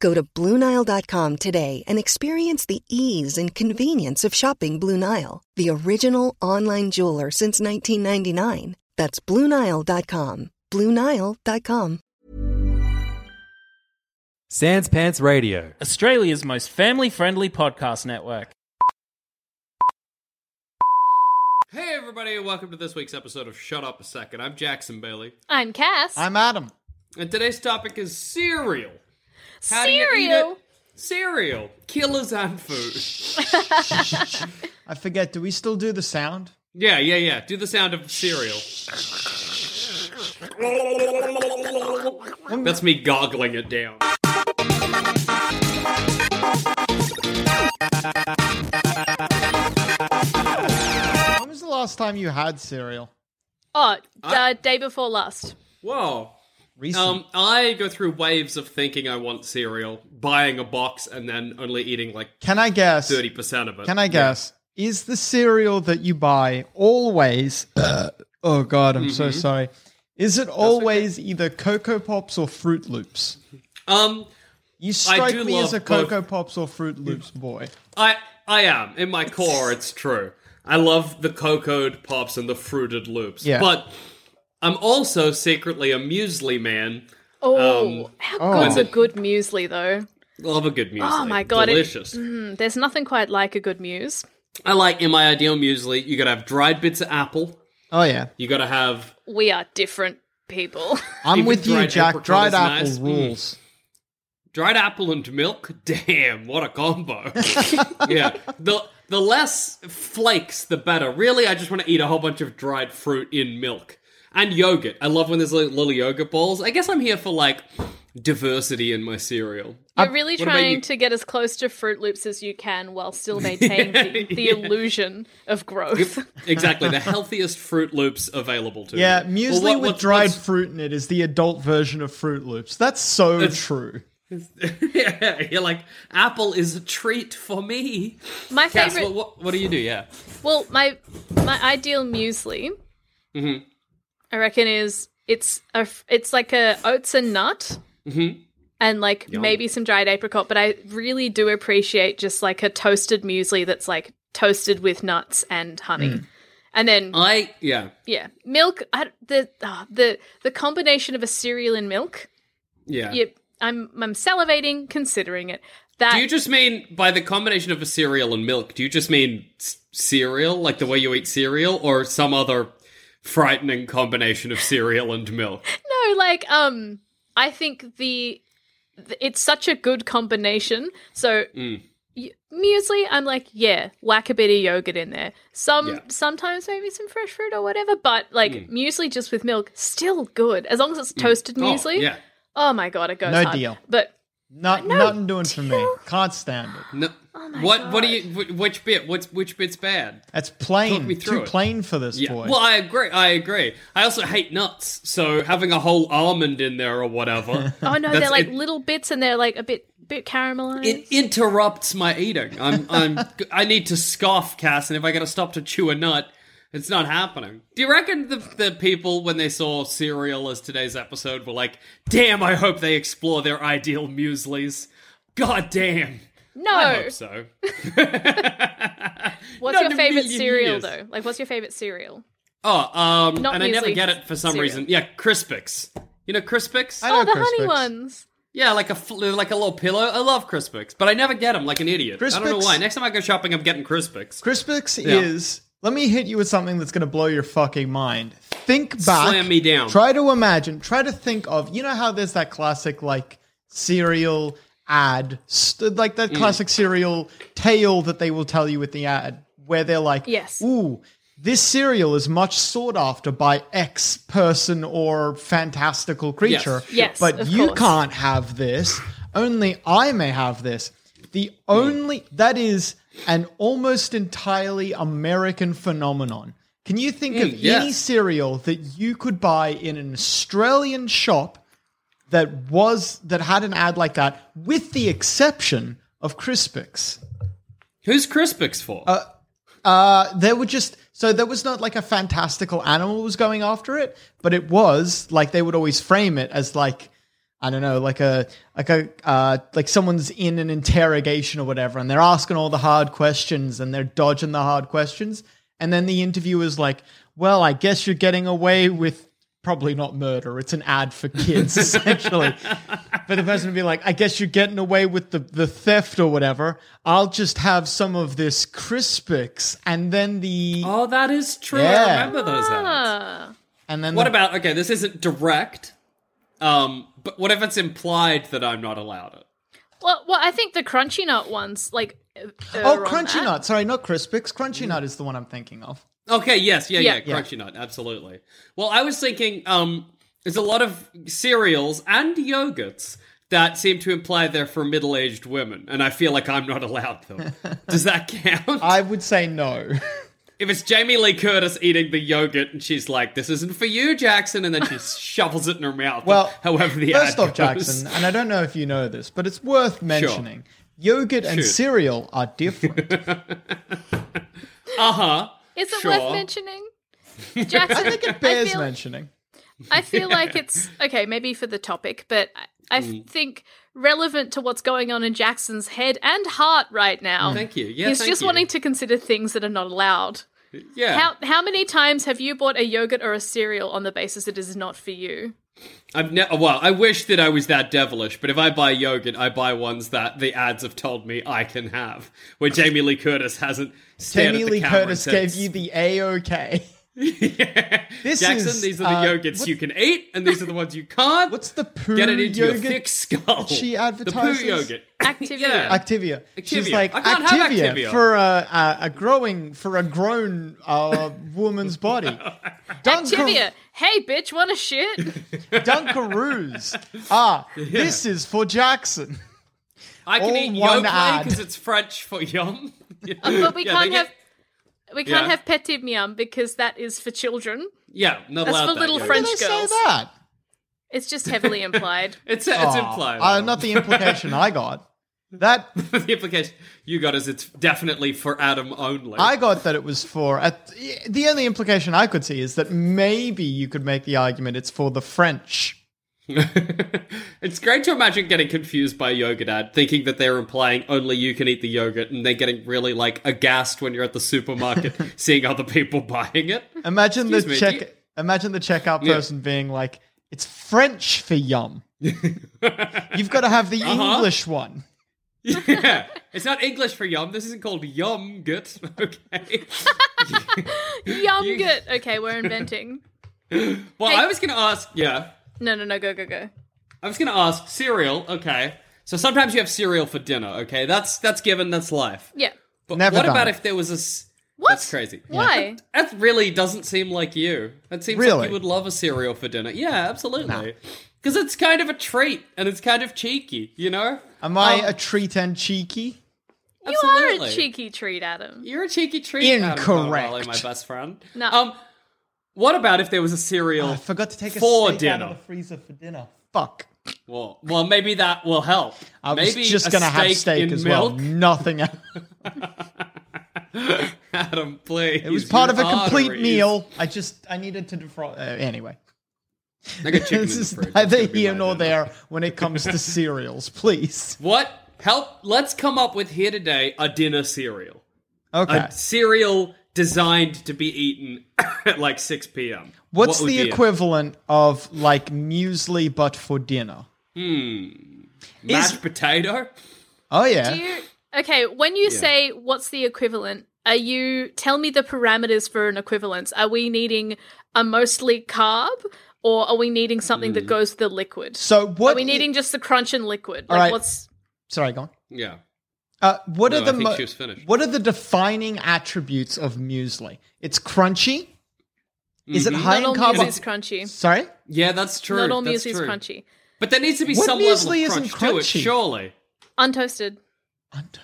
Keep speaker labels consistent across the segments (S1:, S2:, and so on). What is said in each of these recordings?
S1: Go to BlueNile.com today and experience the ease and convenience of shopping Blue Nile, the original online jeweler since 1999. That's BlueNile.com. BlueNile.com.
S2: Sans Pants Radio.
S3: Australia's most family friendly podcast network.
S4: Hey everybody, and welcome to this week's episode of Shut Up a Second. I'm Jackson Bailey,
S5: I'm Cass.
S6: I'm Adam.
S4: and today's topic is cereal. How do you eat
S5: Cereal.
S4: it? Cereal, killers and food.
S6: I forget, do we still do the sound?
S4: Yeah, yeah, yeah. Do the sound of cereal. That's me goggling it down.
S6: When was the last time you had cereal?
S5: Oh, uh, day before last.
S4: Whoa.
S6: Recent.
S4: Um, I go through waves of thinking I want cereal, buying a box, and then only eating like
S6: Can I guess?
S4: thirty percent of it.
S6: Can I guess? Is the cereal that you buy always?
S4: Uh,
S6: oh God, I'm so
S4: mm-hmm.
S6: sorry. Is it always either Cocoa Pops or Fruit Loops?
S4: Um,
S6: You strike
S4: do
S6: me as
S4: love
S6: a
S4: both. Mm.
S6: Cocoa Pops or Fruit Loops boy.
S4: I I am in my core. It's true. I love the cocoa pops and the fruited loops.
S6: Yeah.
S4: But I'm also secretly a muesli man.
S5: Oh,
S4: Um,
S5: how
S6: oh.
S5: good's a good muesli though?
S4: Love a good muesli.
S5: Oh my God, it-
S4: delicious!
S5: Mm, There's nothing quite like a good muse.
S4: I like in my ideal muesli. You gotta have dried bits of apple.
S6: Oh yeah,
S4: You gotta have
S5: We are different people.
S6: I'm
S4: Even
S6: with you,
S4: dried
S6: Jack.
S4: apricot
S6: Dried
S4: is
S6: apple
S4: nice. Mm.
S6: rules.
S4: dried apple and milk. Damn, what a combo! yeah, the the less flakes, the better. Really, I just want to eat a whole bunch of dried fruit in milk and yogurt. I love when there's like little yogurt balls. I guess I'm here for like diversity in my cereal.
S5: You're really
S4: Uh, about you?
S5: trying to get as close to Fruit Loops as you can while still maintaining the, the illusion of growth.
S4: Exactly, the healthiest Fruit Loops available to
S6: Yeah,
S4: me.
S6: muesli with dried fruit in it is the adult version of Fruit Loops. That's so true.
S4: yeah, you're like apple is a treat for me.
S5: My
S4: Cass,
S5: favorite.
S4: what, what, what do you do? Yeah,
S5: Well, my my ideal muesli, I reckon, is it's a f- it's like a oats and nut, and like maybe some dried apricot. But I really do appreciate just like a toasted muesli that's like toasted with nuts and honey, and then
S4: I yeah
S5: yeah, milk. I, the ah, the the combination of a cereal and milk.
S4: yeah.
S5: Yep, I'm I'm salivating considering it. That
S4: Do you just mean by the combination of a cereal and milk? Do you just mean c- cereal, like the way you eat cereal, or some other frightening combination of cereal and milk?
S5: No, like um, I think the th- it's such a good combination. So
S4: Mm.
S5: y- muesli, I'm like, yeah, whack a bit of yogurt in there. Some
S4: Yeah. Mm.
S5: sometimes maybe some fresh fruit or whatever, but like muesli just with milk, still good as long as it's toasted muesli.
S4: Oh, yeah.
S5: Oh my god, it goes
S6: No
S5: hard.
S6: deal.
S5: But
S6: Not
S5: No
S6: nothing doing for me.
S5: deal.
S6: Can't stand it.
S4: No.
S5: Oh my
S4: what? What do
S5: God.
S4: you? wh- Which bit? What's which bit's bad?
S6: That's
S4: Talk
S6: plain.
S4: me through
S6: Too
S4: it.
S6: plain for this
S4: Yeah.
S6: boy.
S4: Well, I agree. I agree. I also hate nuts, so having a whole almond in there or whatever,
S5: oh no,
S4: That's-
S5: they're like
S4: it-
S5: little bits and they're like a bit bit caramelized.
S4: it interrupts my eating. I'm, I'm, I need to scoff, Cass, and if I gotta stop to chew a nut, it's not happening. Do you reckon the, the people when they saw cereal as today's episode were like, "Damn, I hope they explore their ideal mueslis." God damn.
S5: no,
S4: I hope so.
S5: what's
S4: Not
S5: your
S4: in a
S5: favorite
S4: million
S5: cereal
S4: years.
S5: though? Like, what's your favorite cereal?
S4: Oh, um,
S5: Not
S4: and I never
S5: muesli,
S4: get it for some
S5: cereal.
S4: reason. Yeah, Crispix. You know Crispix?
S6: I
S5: Oh,
S6: know
S5: the honey
S6: Crispix.
S5: ones.
S4: Yeah, like a fl- like a little pillow. I love Crispix, but I never get them like an idiot. I don't
S6: Crispix-
S4: know why. Next time I go shopping, I'm getting Crispix.
S6: Crispix
S4: Yeah.
S6: is. Let me hit you with something that's going to blow your fucking mind. Think back.
S4: Slam me down.
S6: Try to imagine. Try to think of. You know how there's that classic like cereal ad, st- like
S4: Mm.
S6: that classic cereal tale that they will tell you with the ad, where they're like,
S5: Yes.
S6: ooh." This cereal is much sought after by X person or fantastical creature,
S5: Yes,
S6: but
S5: of
S6: you
S5: course.
S6: can't have this. Only I may have this. The only that is an almost entirely American phenomenon. Can you think of
S4: yes.
S6: any cereal that you could buy in an Australian shop that was that had an ad like that, with the exception of Crispix?
S4: Who's Crispix for?
S6: Uh, there were just so there was not like a fantastical animal was going after it, but it was like they would always frame it as like I don't know, like a like a uh, like someone's in an interrogation or whatever, and they're asking all the hard questions and they're dodging the hard questions, and then the interviewer's like, "Well, I guess you're getting away with." Probably not murder. It's an ad for kids, essentially. But the person would be like, I guess you're getting away with the, the theft or whatever. I'll just have some of this Crispix. And then the.
S4: oh, that is true.
S6: Yeah.
S4: I remember those ads.
S5: Ah,
S6: and then
S4: What
S6: the-
S4: about okay? This isn't direct, um, but what if it's implied that I'm not allowed it?
S5: well, well, I think the crunchy nut ones, like uh,
S6: Oh,
S5: are on
S6: Crunchy
S5: that.
S6: Nut. Sorry, not Crispix. Crunchy Nut is the one I'm thinking of.
S4: Okay, yes, yeah,
S5: Yeah.
S4: yeah, crunchy nut, absolutely. Well, I was thinking, um, there's a lot of cereals and yogurts that seem to imply they're for middle-aged women, and I feel like I'm not allowed them. Does that count?
S6: I would say no.
S4: if it's Jamie Lee Curtis eating the yogurt and she's like, "This isn't for you, Jackson," and then she shovels it in her mouth.
S6: Well,
S4: however the
S6: First
S4: ad
S6: off,
S4: goes.
S6: Jackson, and I don't know if you know this, but it's worth mentioning yogurt and
S4: Shoot.
S6: cereal are different.
S5: Is it
S4: Sure.
S5: worth mentioning? Jackson,
S6: I think it bears
S5: feel-
S6: mentioning.
S5: I feel like it's okay, maybe for the topic, but I, I
S4: Mm.
S5: think relevant to what's going on in Jackson's head and heart right now.
S4: Thank you. Yeah,
S5: He's
S4: thank
S5: just
S4: you.
S5: wanting to consider things that are not allowed.
S4: Yeah,
S5: How how many times have you bought a yogurt or a cereal on the basis it is not for you?
S4: I've ne- well, I wish that I was that devilish, but if I buy yogurt, I buy ones that the ads have told me I can have. Where Jamie Lee Curtis hasn't stared
S6: Jamie
S4: at the
S6: Lee
S4: camera
S6: Curtis
S4: and said,
S6: gave you the AOK. This
S4: Jackson,
S6: is,
S4: these are the
S6: uh,
S4: yogurts
S6: what-
S4: you can eat, and these are the ones you can't.
S6: What's the poo
S4: Get it into
S6: yogurt?
S4: your thick skull.
S6: she
S4: The
S6: advertises?
S4: poo yogurt.
S5: Activia.
S4: Yeah.
S6: Activia. She's
S4: Activia.
S6: like
S4: I can't have
S6: Activia,
S4: Activia."
S6: for a, a, a growing for a grown uh, woman's body. Dunker,
S5: Activia. Hey bitch, wanna shit?
S6: Dunkaroos. Ah, this is for Jackson.
S4: I can
S6: All
S4: eat
S6: one
S4: yoplait
S6: ad.
S4: because it's French for yum.
S5: Uh, but we
S4: Yeah,
S5: can't
S4: they
S5: have
S4: get-
S5: we can't
S4: Yeah.
S5: have petit miam because that is for children.
S4: Yeah, not
S5: That's
S4: allowed.
S5: for
S4: that
S5: little
S4: yogurt.
S5: French
S6: Did I say
S5: girls.
S6: that?
S5: It's just heavily implied.
S4: It's it's
S6: Ah,
S4: implied.
S6: uh, not the implication I got. That
S4: the implication you got is it's definitely for Adam only.
S6: I got that it was for. At, the only implication I could see is that maybe you could make the argument it's for the French.
S4: it's great to imagine getting confused by a yogurt ad, thinking that they're implying only you can eat the yogurt, and then getting really like aghast when you're at the supermarket seeing other people buying it.
S6: Imagine the
S4: Excuse me,
S6: check.
S4: do you-
S6: Imagine the checkout person being like, "It's French for yum. You've got to have
S4: Uh-huh.
S6: the English one."
S4: yeah, it's not English for yum. This isn't called yum gut. Okay.
S5: Yogurt. Okay, we're inventing.
S4: Well,
S5: Hey-
S4: I was gonna ask. Yeah,
S5: No, no, no, go, go, go.
S4: I was gonna ask cereal. Okay, so sometimes you have cereal for dinner. Okay, that's that's given. That's life.
S5: Yeah.
S4: But
S6: Never
S4: what
S6: done
S4: about
S6: it.
S4: if there was a? s-
S5: What?
S4: That's crazy.
S5: Why?
S4: That really doesn't seem like you. That seems
S6: Really?
S4: like you would love a cereal for dinner. Yeah, absolutely. Because it's kind of a treat and it's kind of cheeky, you know?
S6: Am I
S4: Um,
S6: a treat and cheeky?
S5: You are a
S4: absolutely.
S5: cheeky treat, Adam.
S4: You're a cheeky treat. Adam Carvalho, my
S6: Incorrect.
S4: best friend.
S5: No.
S4: Um, what about if there was a cereal?
S6: Oh, I forgot to take a
S4: for
S6: steak
S4: dinner.
S6: out of the freezer for dinner. Fuck.
S4: Well, well, maybe that will help.
S6: I was
S4: maybe
S6: just
S4: a
S6: gonna have
S4: steak
S6: steak
S4: in
S6: as well.
S4: milk.
S6: Nothing. Else.
S4: Adam, please.
S6: It was part
S4: your
S6: of a complete
S4: arteries.
S6: meal. I just I needed to defrost. Uh, anyway,
S4: I got chicken
S6: this
S4: in the
S6: is
S4: fridge. That's
S6: neither
S4: gonna be
S6: here
S4: my
S6: nor
S4: dinner.
S6: there when it comes to cereals. Please.
S4: What? Help. Let's come up with here today a dinner cereal.
S6: Okay.
S4: a cereal designed to be eaten at like 6 p.m.
S6: What's
S4: What would
S6: the
S4: be it?
S6: equivalent of like muesli but for dinner?
S4: Hmm. Mashed potato?
S6: Oh yeah.
S5: Do you okay? When you say what's the equivalent, are you tell me the parameters for an equivalence? Are we needing a mostly carb, or are we needing something that
S4: Hmm.
S5: goes with the liquid?
S6: so what?
S5: are we needing just the crunch and liquid?
S6: All
S5: Like
S6: right.
S5: what's
S6: Sorry, go on.
S4: Yeah.
S6: Uh, what
S4: No,
S6: are the
S4: I think
S6: mo-
S4: she was finished.
S6: what are the defining attributes of muesli? It's crunchy. Is
S4: Mm-hmm.
S6: it high
S5: not all
S6: in carb?
S5: muesli is crunchy.
S6: Sorry,
S4: Yeah, that's true.
S5: Not all
S4: that's
S5: muesli is
S4: true.
S5: crunchy.
S4: But there needs to be
S6: What
S4: some
S6: muesli
S4: level of
S6: isn't
S4: crunch to it,
S6: crunchy?
S4: surely.
S5: Untoasted,
S6: Unt-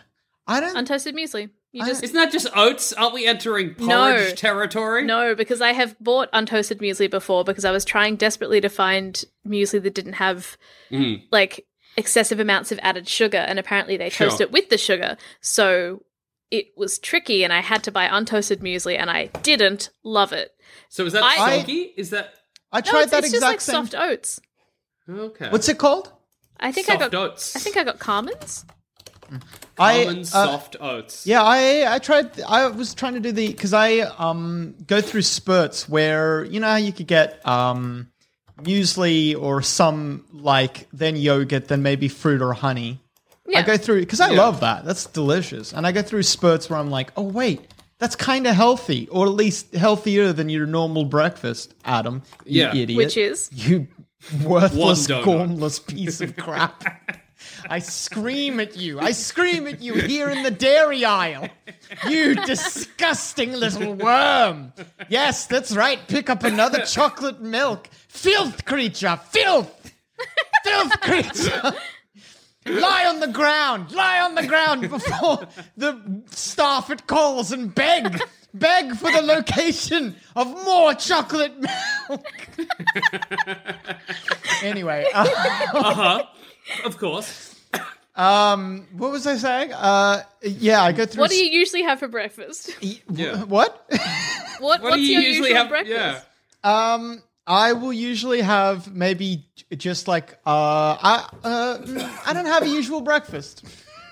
S6: I don't.
S5: untoasted muesli.
S6: Oh.
S5: You just
S4: Isn't that just oats? Aren't we entering porridge territory?
S5: No, because I have bought untoasted muesli before because I was trying desperately to find muesli that didn't have
S4: Mm.
S5: like excessive amounts of added sugar, and apparently they
S4: Sure.
S5: toast it with the sugar, so it was tricky, and I had to buy untoasted muesli, and I didn't love it.
S4: So is that
S5: I-
S4: soggy? Is that
S6: I
S5: No,
S6: tried
S5: it's,
S6: that
S5: it's
S6: exact
S5: just like
S6: same.
S5: soft oats.
S4: okay?
S6: What's it called?
S5: I think I
S4: soft
S5: got.
S4: oats?
S5: I think I got Carmen's.
S4: common
S6: I uh,
S4: soft oats.
S6: Yeah, I I tried. I was trying to do the because I um go through spurts where you know how you could get um muesli or some like then yogurt, then maybe fruit or honey. I
S5: Yeah.
S6: go through because I love that. That's delicious, and I go through spurts where I'm like, oh wait, that's kind of healthy, or at least healthier than your normal breakfast, Adam. You
S4: Yeah.
S6: idiot.
S5: Which is?
S6: you worthless,
S4: donut.
S6: gormless piece of crap. I scream at you. I scream at you here in the dairy aisle. You disgusting little worm. Yes, that's right. Pick up another chocolate milk. Filth creature. Filth. Filth creature. Lie on the ground. Lie on the ground before the staff at Coles and beg. Beg for the location of more chocolate milk. anyway, uh,
S4: Of course.
S6: um, what was I saying? Uh, yeah, I go through.
S5: What do you usually have for breakfast?
S4: Yeah.
S6: What?
S5: What,
S4: What
S5: what's
S4: do you
S5: your
S4: usually
S5: usual
S4: have?
S5: breakfast?
S4: Yeah.
S6: Um, I will usually have maybe j- just like uh, I uh, mm, I don't have a usual breakfast.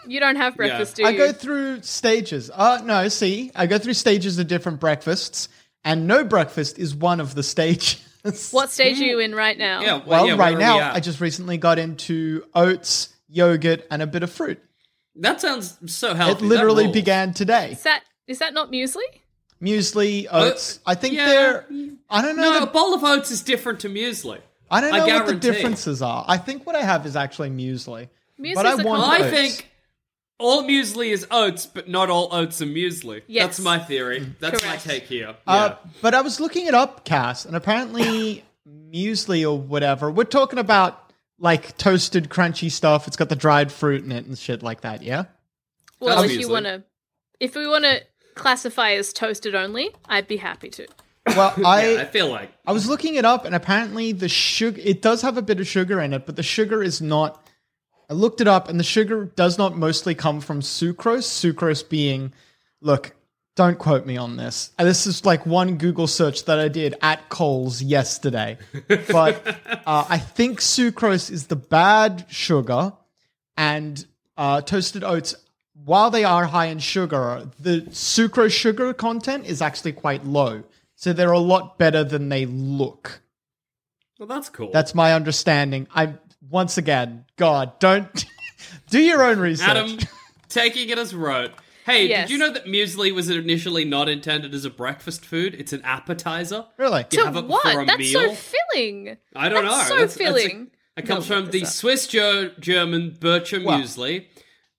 S5: You don't have breakfast,
S6: I
S5: do you?
S6: go through stages. Uh, no, see, I go through stages of different breakfasts, and no breakfast is one of the stages.
S5: what stage are you in right now?
S4: Mm. Yeah. Well,
S6: Well,
S4: yeah, where
S6: right
S4: are
S6: now,
S4: we at?
S6: I just recently got into oats, yogurt, and a bit of fruit.
S4: that sounds so healthy.
S6: It
S4: Oh, That
S6: literally
S4: rules.
S6: began today.
S5: Is that is that not muesli?
S6: Muesli, oats. I think
S4: Uh, yeah.
S6: they're. I don't know.
S4: No, a
S6: the-
S4: bowl of oats is different to muesli.
S6: I don't
S4: I
S6: know what the
S4: guarantee.
S6: differences are. I think what I have is actually muesli.
S5: Muesli's
S6: but I
S5: a
S6: want
S5: con-
S4: I
S6: oats.
S4: think all muesli is oats, but not all oats are muesli.
S5: Yes.
S4: That's my theory. That's
S5: Correct.
S4: my take here.
S6: Mm. Uh,
S4: Yeah.
S6: but I was looking it up, Cass, and apparently muesli or whatever. We're talking about like toasted, crunchy stuff. It's got the dried fruit in it and shit like that. Yeah.
S5: Well, if
S4: Obviously.
S5: you want to, if we want to classify as toasted only, I'd be happy to.
S6: Well, I.
S4: I feel like
S6: I was looking it up, and apparently the sugar it does have a bit of sugar in it, but the sugar is not. I looked it up, and the sugar does not mostly come from sucrose. Sucrose being, look, don't quote me on this. And This is like one Google search that I did at Coles yesterday, but uh, I think sucrose is the bad sugar, and uh, toasted oats. While they are high in sugar, the sucrose sugar content is actually quite low. So they're a lot better than they look.
S4: well, that's cool.
S6: That's my understanding. I once again, God, don't do your own research.
S4: Adam taking it as rote. Hey,
S5: Yes.
S4: did you know that muesli was initially not intended as a breakfast food? It's an appetizer.
S6: really?
S4: You
S5: to
S4: have it
S5: what?
S4: for a
S5: That's so
S4: meal?
S5: filling.
S4: I don't
S5: That's
S4: know.
S5: So
S4: That's- that's a-
S5: filling.
S4: It comes
S5: No,
S4: from the
S5: it's
S4: Swiss Ger- German Bircher
S6: Well-
S4: muesli,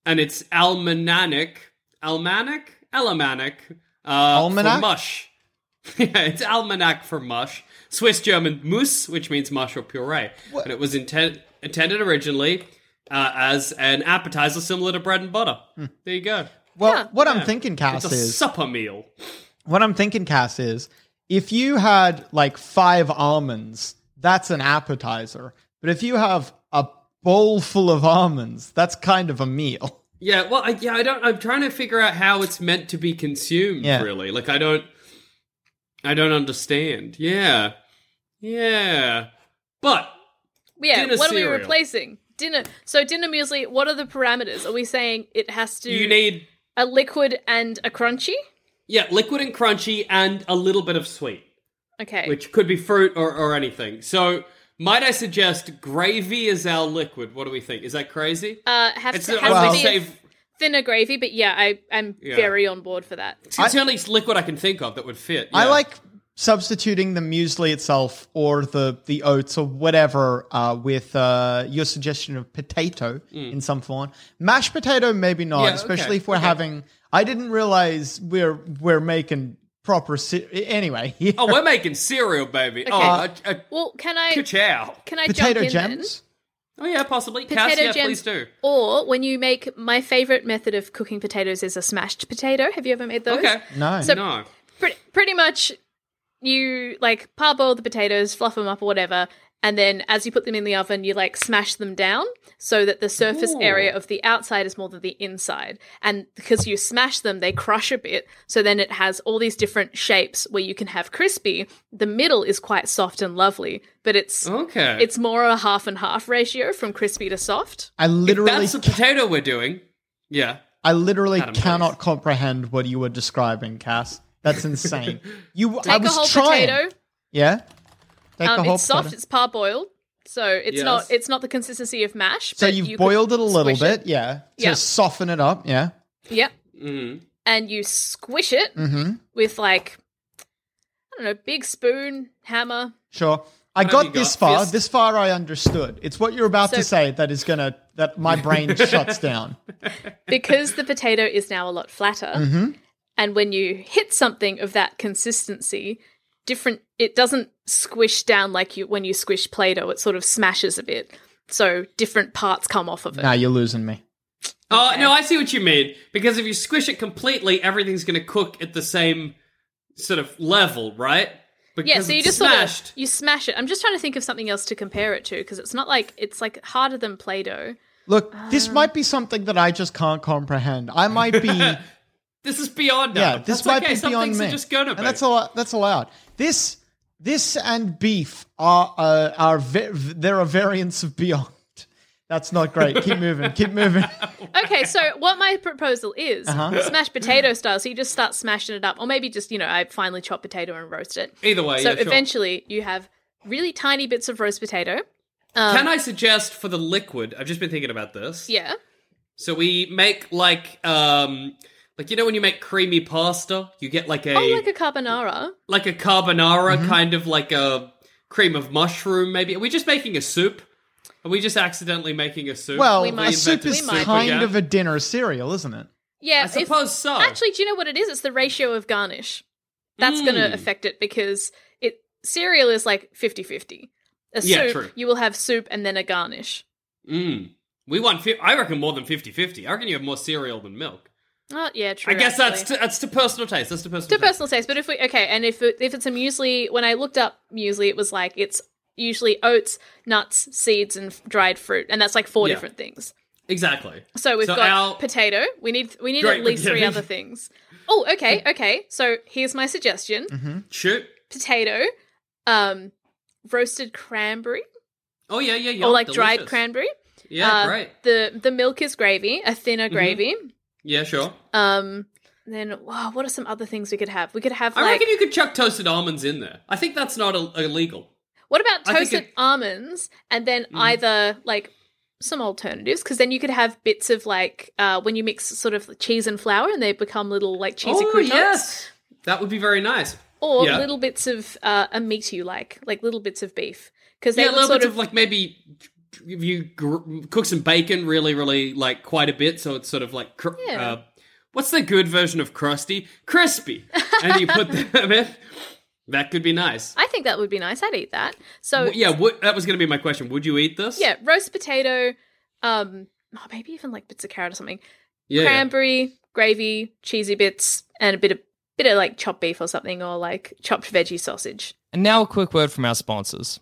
S4: and it's almanac, almanac, almanac, uh,
S6: Almanac?
S4: for mush. yeah, it's almanac for mush. Swiss German mousse, which means mush or puree, and it was inten- intended originally uh, as an appetizer similar to bread and butter.
S6: Hmm.
S4: There you go.
S6: Well, what I'm thinking,
S4: It's
S6: Cass,
S4: a
S6: is
S4: supper meal.
S6: what I'm thinking, Cass, is if you had like five almonds, that's an appetizer. But if you have a bowl full of almonds, that's kind of a meal.
S4: Yeah, well, I, yeah, I don't. I'm trying to figure out how it's meant to be consumed.
S6: Yeah.
S4: Really, like I don't, I don't understand. Yeah, yeah, but
S5: Yeah.
S4: Dinner
S5: what are
S4: cereal.
S5: we replacing? Dinner. So dinner muesli. What are the parameters? Are we saying it has to
S4: you need
S5: a liquid and a crunchy?
S4: yeah, liquid and crunchy and a little bit of sweet,
S5: Okay.
S4: which could be fruit or, or anything. So Might I suggest gravy is our liquid? What do we think? Is that crazy?
S5: Uh, have
S4: It's
S5: to,
S4: not-
S5: has
S6: Well-
S5: to be a
S4: save-
S5: thinner gravy, but yeah, I am
S4: Yeah.
S5: very on board for that.
S4: It's the only liquid I can think of that would fit.
S6: I
S4: yeah.
S6: like substituting the muesli itself or the, the oats or whatever uh, with uh, your suggestion of potato in some form. Mashed potato, maybe not,
S4: Mm. Yeah, okay,
S6: especially if we're
S4: okay.
S6: having. I didn't realize we're we're making proper. Se- anyway, yeah.
S4: Oh, we're making cereal, baby. Oh, a,
S5: Okay.
S4: a
S5: Well, can I
S4: ka-chow.
S5: can I
S6: potato
S5: jump in
S6: gems.
S4: Oh yeah, possibly.
S5: then? Potato
S4: Potato yeah,
S5: gems,
S4: please do.
S5: or when you make my favorite method of cooking potatoes is a smashed potato. Have you ever made those?
S4: Okay.
S6: No,
S5: So-
S4: no.
S5: Pretty, pretty much, you like parboil the potatoes, fluff them up or whatever, and then as you put them in the oven, you like smash them down so that the surface area of the outside is more than the inside. And because you smash them, they crush a bit. So then it has all these different shapes where you can have crispy. The middle is quite soft and lovely, but it's
S4: Okay.
S5: it's more a half and half ratio from crispy to soft.
S6: I literally,
S4: That's the potato we're doing. Yeah.
S6: I literally
S4: Adam, please.
S6: cannot comprehend what you were describing, Cass. That's insane. you, I
S5: Take a
S6: was
S5: whole
S6: trying.
S5: potato.
S6: Yeah, Take
S5: Um,
S6: a whole
S5: it's soft.
S6: potato.
S5: It's parboiled, so it's
S4: Yes.
S5: not it's not the consistency of mash.
S6: So
S5: but
S6: you've
S5: you could
S6: boiled it a little
S5: squish
S6: bit, yeah, to
S5: Yeah.
S6: soften it up, yeah.
S5: it. Yep,
S4: Mm.
S5: and you squish it
S6: Mm-hmm.
S5: with like I don't know, big spoon, hammer.
S6: Sure. I
S4: have you
S6: got this
S4: got?
S6: far.
S4: Fist?
S6: This far, I understood. It's what you're about
S5: So-
S6: to say that is gonna that my brain shuts down.
S5: Because the potato is now a lot flatter,
S6: Mm-hmm.
S5: and when you hit something of that consistency, different, it doesn't squish down like you when you squish Play-Doh. It sort of smashes a bit, so different parts come off of it.
S6: Now you're losing me.
S4: Oh no, I see what you mean. Because if you squish it completely, everything's going to cook at the same sort of level, right? Because
S5: Yeah, so you
S4: it's
S5: just
S4: smashed.
S5: sort of you smash it. I'm just trying to think of something else to compare it to because it's not like it's like harder than Play-Doh.
S6: Look, this
S4: Ah.
S6: might be something that I just can't comprehend. I might be yeah.
S4: This is beyond. us.
S6: This
S4: That's
S6: might
S4: okay.
S6: be
S4: Some
S6: beyond
S4: things
S6: me.
S4: Are just gonna
S6: and
S4: be.
S6: that's all. That's allowed. This, this, and beef are uh, are ve- there are variants of beyond. That's not great. Keep moving. Keep moving.
S5: Okay, so what my proposal is
S4: Uh-huh.
S5: smash potato style. So you just start smashing it up, or maybe just you know I finely chop potato and roast it.
S4: Either way,
S5: so
S4: Oh, yeah, sure.
S5: eventually you have really tiny bits of roast potato.
S4: Can I suggest for the liquid? I've just been thinking about this.
S5: um, Yeah.
S4: So we make like um like you know when you make creamy pasta, you get like a
S5: Oh, like a carbonara.
S4: like a carbonara kind of like a cream of mushroom maybe. Are we just making a soup? Are we just accidentally making a soup?
S6: Well,
S5: We might-
S6: a soup
S4: we
S6: is
S5: might.
S6: kind
S4: Yeah.
S6: of a dinner cereal, isn't it?
S5: Yeah.
S4: I
S5: if-
S4: suppose so.
S5: Actually, do you know what it is? It's the ratio of garnish. That's going to
S4: Mm.
S5: affect it because it cereal is like 50-50. A
S4: Yeah,
S5: soup,
S4: true.
S5: you will have soup and then a garnish.
S4: Mm. We want fi- I reckon more than 50-50. I reckon you have more cereal than milk.
S5: Oh, yeah,
S4: I
S5: true.
S4: guess that's
S5: actually.
S4: to, that's to personal taste. That's to
S5: to
S4: personal taste.
S5: personal taste. But if we okay, and if it, if it's a muesli, when I looked up muesli, it was like it's usually oats, nuts, seeds, and f- dried fruit, and that's like four
S4: Yeah.
S5: different things.
S4: exactly.
S5: So we've
S4: So
S5: got
S4: our-
S5: potato. We need we need
S4: Great
S5: at least three
S4: beginning.
S5: other things. Oh, okay, okay. So here's my suggestion:
S4: Shoot.
S5: potato, um, roasted cranberry,
S4: Oh yeah, yeah, yeah.
S5: or like dried
S4: delicious.
S5: cranberry.
S4: Yeah,
S5: Uh,
S4: great. Mm-hmm.
S5: The the milk is gravy, a thinner gravy.
S4: Yeah, sure.
S5: Um, then wow, what are some other things we could have? We could have
S4: I
S5: like
S4: reckon you could chuck toasted almonds in there. I think that's not Ill- illegal.
S5: What about
S4: I think
S5: toasted
S4: it- Mm.
S5: almonds and then either like some alternatives? Because then you could have bits of like uh, when you mix sort of cheese and flour and they become little like cheesy
S4: oh
S5: croutons,
S4: yes, that would be very nice.
S5: or
S4: Yeah.
S5: little bits of uh, a meat you like, like little bits of beef. Because they
S4: yeah, a
S5: would
S4: little
S5: sort
S4: bit
S5: of,
S4: of, like maybe if you gr- cook some bacon really, really like quite a bit, so it's sort of like cr-
S5: Yeah.
S4: uh, what's the good version of crusty? Crispy, and you put them in. That could be nice.
S5: I think that would be nice. I'd eat that. So
S4: W- yeah, would that was going to be my question. Would you eat this?
S5: yeah, roast potato, um, oh, maybe even like bits of carrot or something,
S4: yeah. yeah.
S5: cranberry, gravy, cheesy bits, and a bit of bit of like chopped beef or something, or like chopped veggie sausage.
S7: And now a quick word from our sponsors.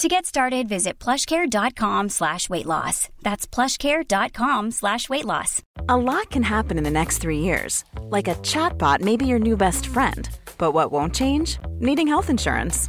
S8: To get started, visit plushcare.com slash weight loss. That's plushcare.com slash weight loss.
S9: A lot can happen in the next three years. Like a chatbot may be your new best friend. But what won't change? Needing health insurance.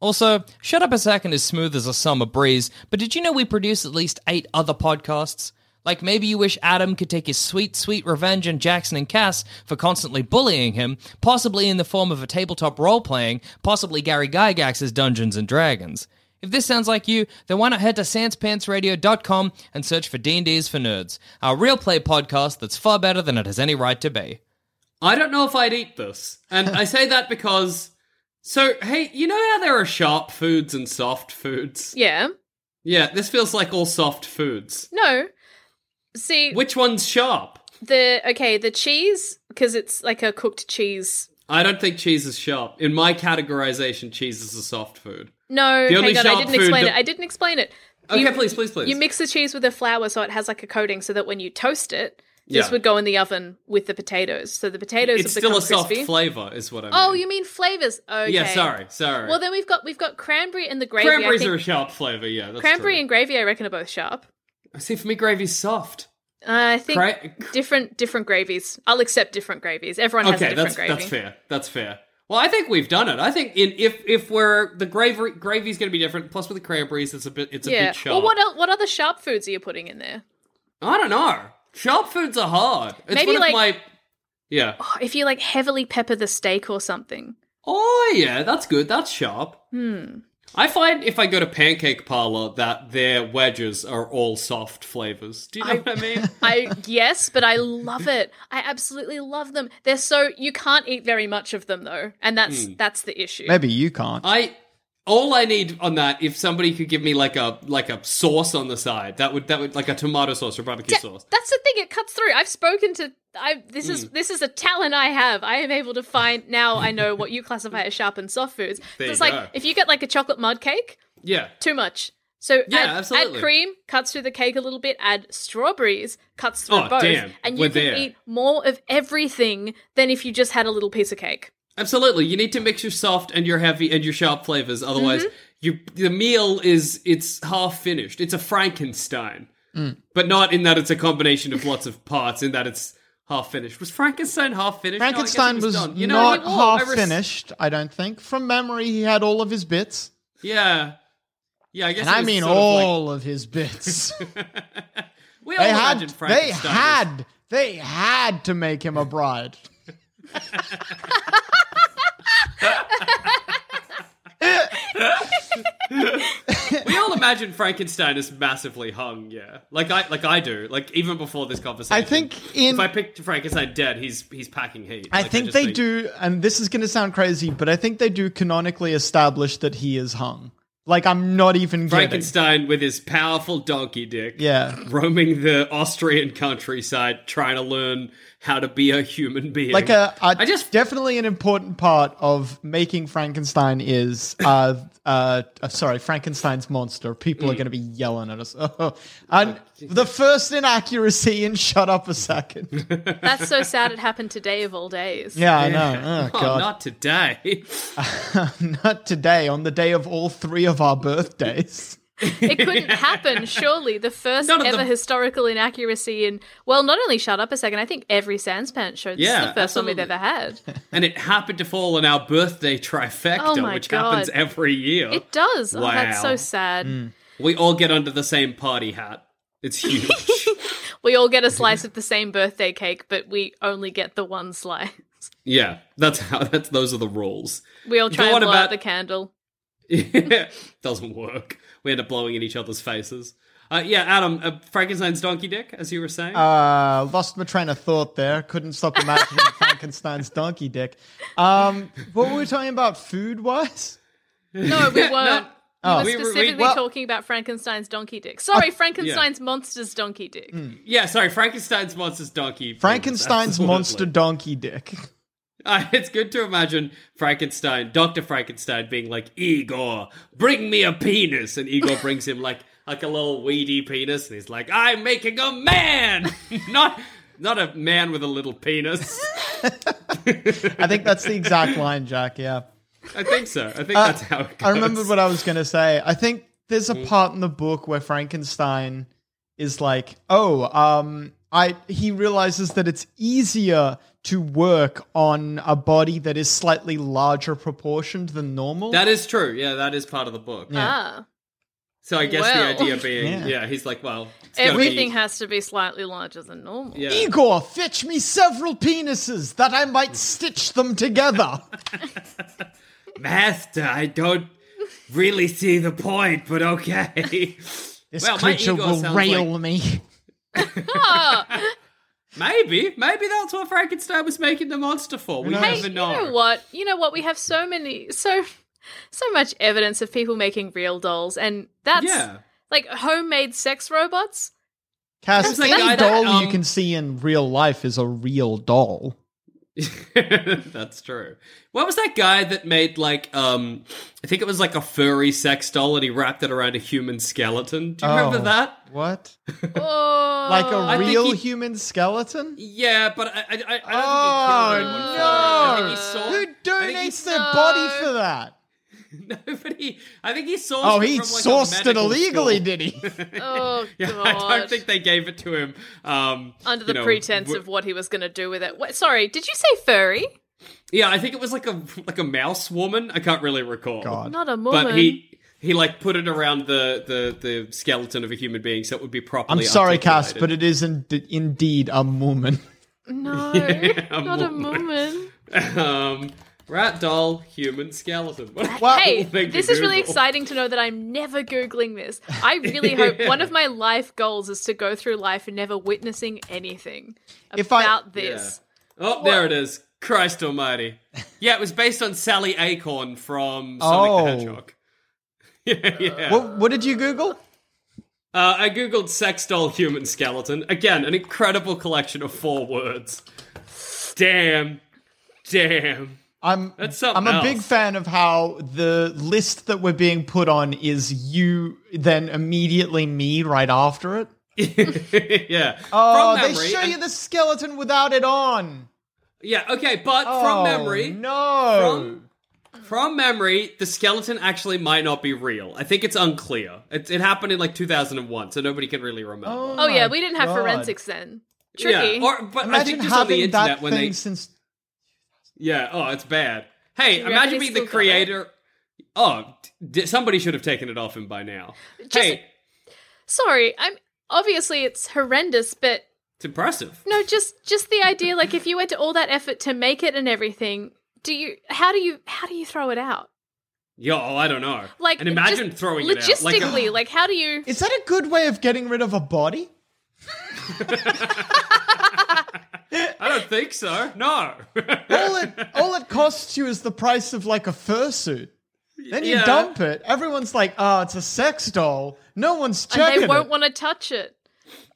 S7: Also, Shut Up a Second is smooth as a summer breeze, but did you know we produce at least eight other podcasts? Like maybe you wish Adam could take his sweet, sweet revenge on Jackson and Cass for constantly bullying him, possibly in the form of a tabletop role playing, possibly Gary Gygax's Dungeons and Dragons. If this sounds like you, then why not head to sanspantsradio.com and search for D&D's for Nerds, our real play podcast that's far better than it has any right to be.
S4: I don't know if I'd eat this. And I say that because. So, hey, you know how there are sharp foods and soft foods?
S5: Yeah.
S4: Yeah, this feels like all soft foods.
S5: No. See
S4: Which one's sharp?
S5: the okay the cheese because it's like a cooked cheese.
S4: I don't think cheese is sharp. In my categorization, cheese is a soft food.
S5: No,
S4: The only
S5: hang on, I
S4: sharp
S5: didn't
S4: food
S5: explain
S4: that-
S5: it. I didn't explain it.
S4: Okay,
S5: You-
S4: please, please, please.
S5: You mix the cheese with the flour so it has like a coating so that when you toast it, this
S4: Yeah.
S5: would go in the oven with the potatoes. So the potatoes
S4: it's
S5: would become
S4: still a soft
S5: crispy.
S4: flavor, is what I mean.
S5: Oh, you mean flavors? Okay.
S4: Yeah, sorry, sorry.
S5: Well, then we've got we've got cranberry and the gravy. I
S4: Cranberries
S5: think-
S4: are a sharp flavor, yeah. That's
S5: cranberry
S4: true.
S5: and gravy. I reckon are both sharp. Uh,
S4: See, for me, gravy's soft.
S5: I think
S4: Cra-
S5: different different gravies. I'll accept different gravies. Everyone has a
S4: Okay,
S5: different
S4: that's
S5: gravy.
S4: that's fair. That's fair. Well, I think we've done it. I think in if if we're the gravy gravy's going to be different. Plus, with the cranberries, it's a bit it's a
S5: yeah.
S4: bit sharp.
S5: Well, what el- what other sharp foods are you putting in there?
S4: I don't know. Sharp foods are hard. It's
S5: Maybe,
S4: one of
S5: like-
S4: my yeah.
S5: Oh, if you like heavily pepper the steak or something.
S4: Oh yeah, that's good. That's sharp. Hmm. I find if I go to Pancake Parlor that their wedges are all soft flavors. Do you know
S5: I-
S4: what I mean?
S5: I yes, but I love it. I absolutely love them. They're so you can't eat very much of them though, and that's
S4: Hmm.
S5: that's the issue.
S6: Maybe you can't.
S4: I all I need on that if somebody could give me like a like a sauce on the side that would that would like a tomato sauce or barbecue
S5: Yeah,
S4: sauce. Hmm.
S5: That's the thing. It cuts through. I've spoken to. I this is this is a talent I have. I am able to find now. I know what you classify as sharp and soft foods. So
S4: There
S5: it's
S4: you
S5: like
S4: go.
S5: if you get like a chocolate mud cake,
S4: Yeah.
S5: too much. So
S4: Yeah,
S5: add,
S4: absolutely.
S5: add cream, cuts through the cake a little bit. Add strawberries, cuts through
S4: Oh,
S5: both,
S4: damn.
S5: and you
S4: We're
S5: can
S4: there.
S5: eat more of everything than if you just had a little piece of cake.
S4: Absolutely. You need to mix your soft and your heavy and your sharp flavors otherwise
S6: Mm-hmm.
S4: you the meal is it's half finished. It's a Frankenstein.
S6: Mm.
S4: But not in that it's a combination of lots of parts in that it's half finished. Was Frankenstein half finished? No, I guess it
S6: Frankenstein was,
S4: done. You know,
S6: not
S4: he- oh, I
S6: half
S4: res-
S6: finished, I don't think. From memory, he had all of his bits.
S4: Yeah. Yeah, I guess
S6: And
S4: it
S6: I
S4: was
S6: mean
S4: sort of like-
S6: all of his bits.
S4: we all
S6: they had
S4: imagined
S6: they
S4: Frankenstein as-
S6: had they had to make him a bride.
S4: We all imagine Frankenstein as massively hung, yeah. Like I like I do. Like even before this conversation.
S6: I think in-
S4: if I picked Frankenstein dead, he's he's packing heat.
S6: I
S4: Like,
S6: think
S4: just
S6: they do and this is going to sound crazy, but I think they do canonically establish that he is hung. Like I'm not even kidding.
S4: Frankenstein with his powerful donkey dick.
S6: Yeah.
S4: Roaming the Austrian countryside trying to learn how to be a human being.
S6: Like uh, a, a
S4: I just
S6: definitely an important part of making Frankenstein is uh uh, uh, sorry Frankenstein's monster. People are
S4: Mm.
S6: going to be yelling at us. Uh, and the first inaccuracy in shut up a second.
S5: That's so sad. It happened today of all days.
S6: Yeah, I know. Oh,
S4: Oh,
S6: God.
S4: not today.
S6: Not today, on the day of all three of our birthdays.
S5: It couldn't happen, surely. The first
S4: None of
S5: ever
S4: them-
S5: historical inaccuracy in, well, not only Shut Up a Second, I think every Sandspan show. This is
S4: Yeah,
S5: the first one we've
S4: absolutely.
S5: ever had.
S4: and it happened to fall on our birthday trifecta,
S5: Oh my
S4: which
S5: God.
S4: happens every year.
S5: It does. Oh, that's
S4: Wow.
S5: so sad.
S4: We all get under the same party hat. It's huge.
S5: We all get a slice of the same birthday cake, but we only get the one slice.
S4: Yeah, that's how. That's those are the rules.
S5: We all
S4: Go
S5: try and
S4: on
S5: blow
S4: about-
S5: out the candle.
S4: Yeah, doesn't work. We end up blowing in each other's faces. Uh, yeah, Adam, uh, Frankenstein's donkey dick, as you were saying.
S6: Uh, lost my train of thought there. Couldn't stop imagining Frankenstein's donkey dick. Um, what were we talking about food wise?
S5: No, we weren't.
S6: Oh.
S4: We
S5: we
S4: were-
S5: were
S4: we-
S5: specifically
S4: well-
S5: talking about Frankenstein's donkey dick. Sorry, Frankenstein's monster's donkey dick.
S4: yeah, sorry, Frankenstein's monster's donkey. penis,
S6: Frankenstein's
S4: absolutely.
S6: monster donkey dick.
S4: Uh, it's good to imagine Frankenstein, Doctor Frankenstein, being like Igor, bring me a penis, and Igor brings him like like a little weedy penis, and he's like, I'm making a man, not not a man with a little penis.
S6: I think that's the exact line, Jack. Yeah.
S4: I think so. I think that's how. It goes.
S6: Uh,
S4: Mm.
S6: I remembered what I was going to say. I think there's a part in the book where Frankenstein is like, "Oh, um, I." He realizes that it's easier to work on a body that is slightly larger proportioned than normal.
S4: That is true. Yeah, that is part of the book.
S5: Ah,
S4: So I guess
S5: Well.
S4: the idea being,
S6: Yeah.
S4: yeah. he's like, well, it's gotta
S5: everything
S4: be-
S5: has to be slightly larger than normal.
S4: Yeah. Mm.
S6: Igor, fetch me several penises that I might stitch them together.
S4: Master, I don't really see the point, but okay.
S6: This
S4: Well, my
S6: creature
S4: ego
S6: will
S4: sounds
S6: rail
S4: like-
S6: me.
S5: Ah,
S4: maybe, maybe that's what Frankenstein was making the monster for. We
S6: knows?
S5: Hey,
S4: never
S5: you
S4: know.
S5: know what? You know what? We have so many, so, so much evidence of people making real dolls, and that's
S4: Yeah.
S5: like homemade sex robots.
S6: Cass,
S4: There's a
S6: any
S4: guy that,
S6: doll you
S4: um,
S6: can see in real life is a real doll.
S4: That's true. What was that guy that made like um I think it was like a furry sex doll and he wrapped it around a human skeleton. Do you remember
S6: Oh,
S4: that?
S6: What?
S5: Oh,
S6: Like a
S4: think
S6: real
S4: he-
S6: human skeleton?
S4: Yeah, but I I, I, I don't think
S6: Oh
S4: he
S6: no!
S4: killed anyone for it. I think he saw- I think he
S6: Who donates their
S5: No.
S6: body for that?
S4: No, but he. I think he sourced.
S6: Oh,
S4: it
S6: he
S4: from, like, a
S6: sourced it
S4: medical
S6: illegally,
S4: school.
S6: did he?
S5: oh
S4: Yeah,
S5: god!
S4: I don't think they gave it to him. Um,
S5: under
S4: you
S5: the
S4: know,
S5: pretense
S4: w-
S5: of what he was going to do with it. Wait, sorry, did you say furry?
S4: Yeah, I think it was like a like a mouse woman. I can't really recall.
S6: God.
S5: Not a woman.
S4: But he he like put it around the the the skeleton of a human being, so it would be
S6: I'm
S4: properly.
S6: sorly Cass, but
S4: articulated.
S6: it is in- indeed a woman.
S5: no,
S4: a
S5: not a
S4: woman.
S5: woman.
S4: um, rat doll, human skeleton.
S6: Well-
S5: Hey,
S4: We'll make
S5: this
S4: you
S5: is really
S4: Google.
S5: exciting to know that I'm never Googling this. I really hope one of my life goals is to go through life never witnessing anything
S6: If I-
S5: about this.
S4: Oh, there it is. Christ Almighty. Yeah, it was based on Sally Acorn from Sonic
S6: Oh.
S4: the Hedgehog. yeah, yeah.
S6: What, what did you Google?
S4: Uh, I googled sex doll human skeleton. Again, an incredible collection of four words. Damn. Damn.
S6: I'm
S4: That's something
S6: I'm a big
S4: else.
S6: fan of how the list that we're being put on is you, then immediately me right after it.
S4: yeah.
S6: Oh,
S4: from
S6: they
S4: memory.
S6: show
S4: and-
S6: you the skeleton without it on.
S4: yeah, okay, but
S6: Oh,
S4: from memory.
S6: no.
S4: From, from memory, the skeleton actually might not be real. I think it's unclear. It, it happened in like 2001, so nobody can really remember.
S5: Oh, yeah, we
S6: my
S5: didn't have
S6: God.
S5: forensics then. Tricky.
S4: Yeah, or, but I
S6: Imagine
S4: think just on
S6: having
S4: the
S6: that
S4: internet when
S6: thing
S4: they.
S6: since
S4: Yeah, oh, it's bad. Hey,
S5: you reckon
S4: imagine
S5: it's
S4: being the
S5: still got it?
S4: creator. Oh, d- somebody should have taken it off him by now. hey,
S5: Sorry, I'm obviously it's horrendous, but
S4: it's impressive.
S5: no, just just the idea. Like, if you went to all that effort to make it and everything, do you? How do you? How do you throw it out?
S4: Yo, oh, I don't know.
S5: Like,
S4: and imagine
S5: just
S4: throwing it out. Like,
S5: logistically. Like, how do you?
S6: Is that a good way of getting rid of a body?
S4: I don't think so. No.
S6: All it all it costs you is the price of like a fursuit. Then you
S4: Yeah.
S6: dump it. Everyone's like, "Oh, it's a sex doll." No one's
S5: And
S6: checking
S5: they won't
S6: it.
S5: want to touch it.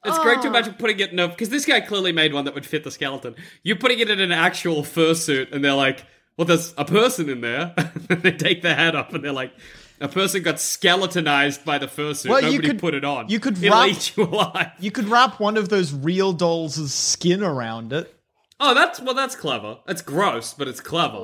S4: It's great
S5: Oh.
S4: to imagine putting it in a because this guy clearly made one that would fit the skeleton. You're putting it in an actual fursuit, and they're like, "Well, there's a person in there." they take their hat off, and they're like, "A person got skeletonized by the fursuit.
S6: Well, you
S4: Nobody
S6: could-
S4: put it on.
S6: you could
S4: it
S6: wrap-
S4: eat you alive."
S6: you could wrap one of those real dolls' skin around it.
S4: Oh, that's well, that's clever. That's gross, but it's clever.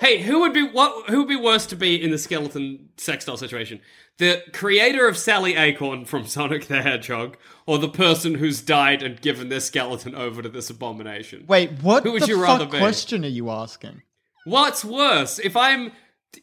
S4: Hey, who would be what? Who would be worse to be in the skeleton sex doll situation? The creator of Sally Acorn from Sonic the Hedgehog, or the person who's died and given their skeleton over to this abomination?
S6: Wait, what
S4: Who would
S6: the
S4: you
S6: fuck
S4: rather be?
S6: question are you asking?
S4: What's worse, if I'm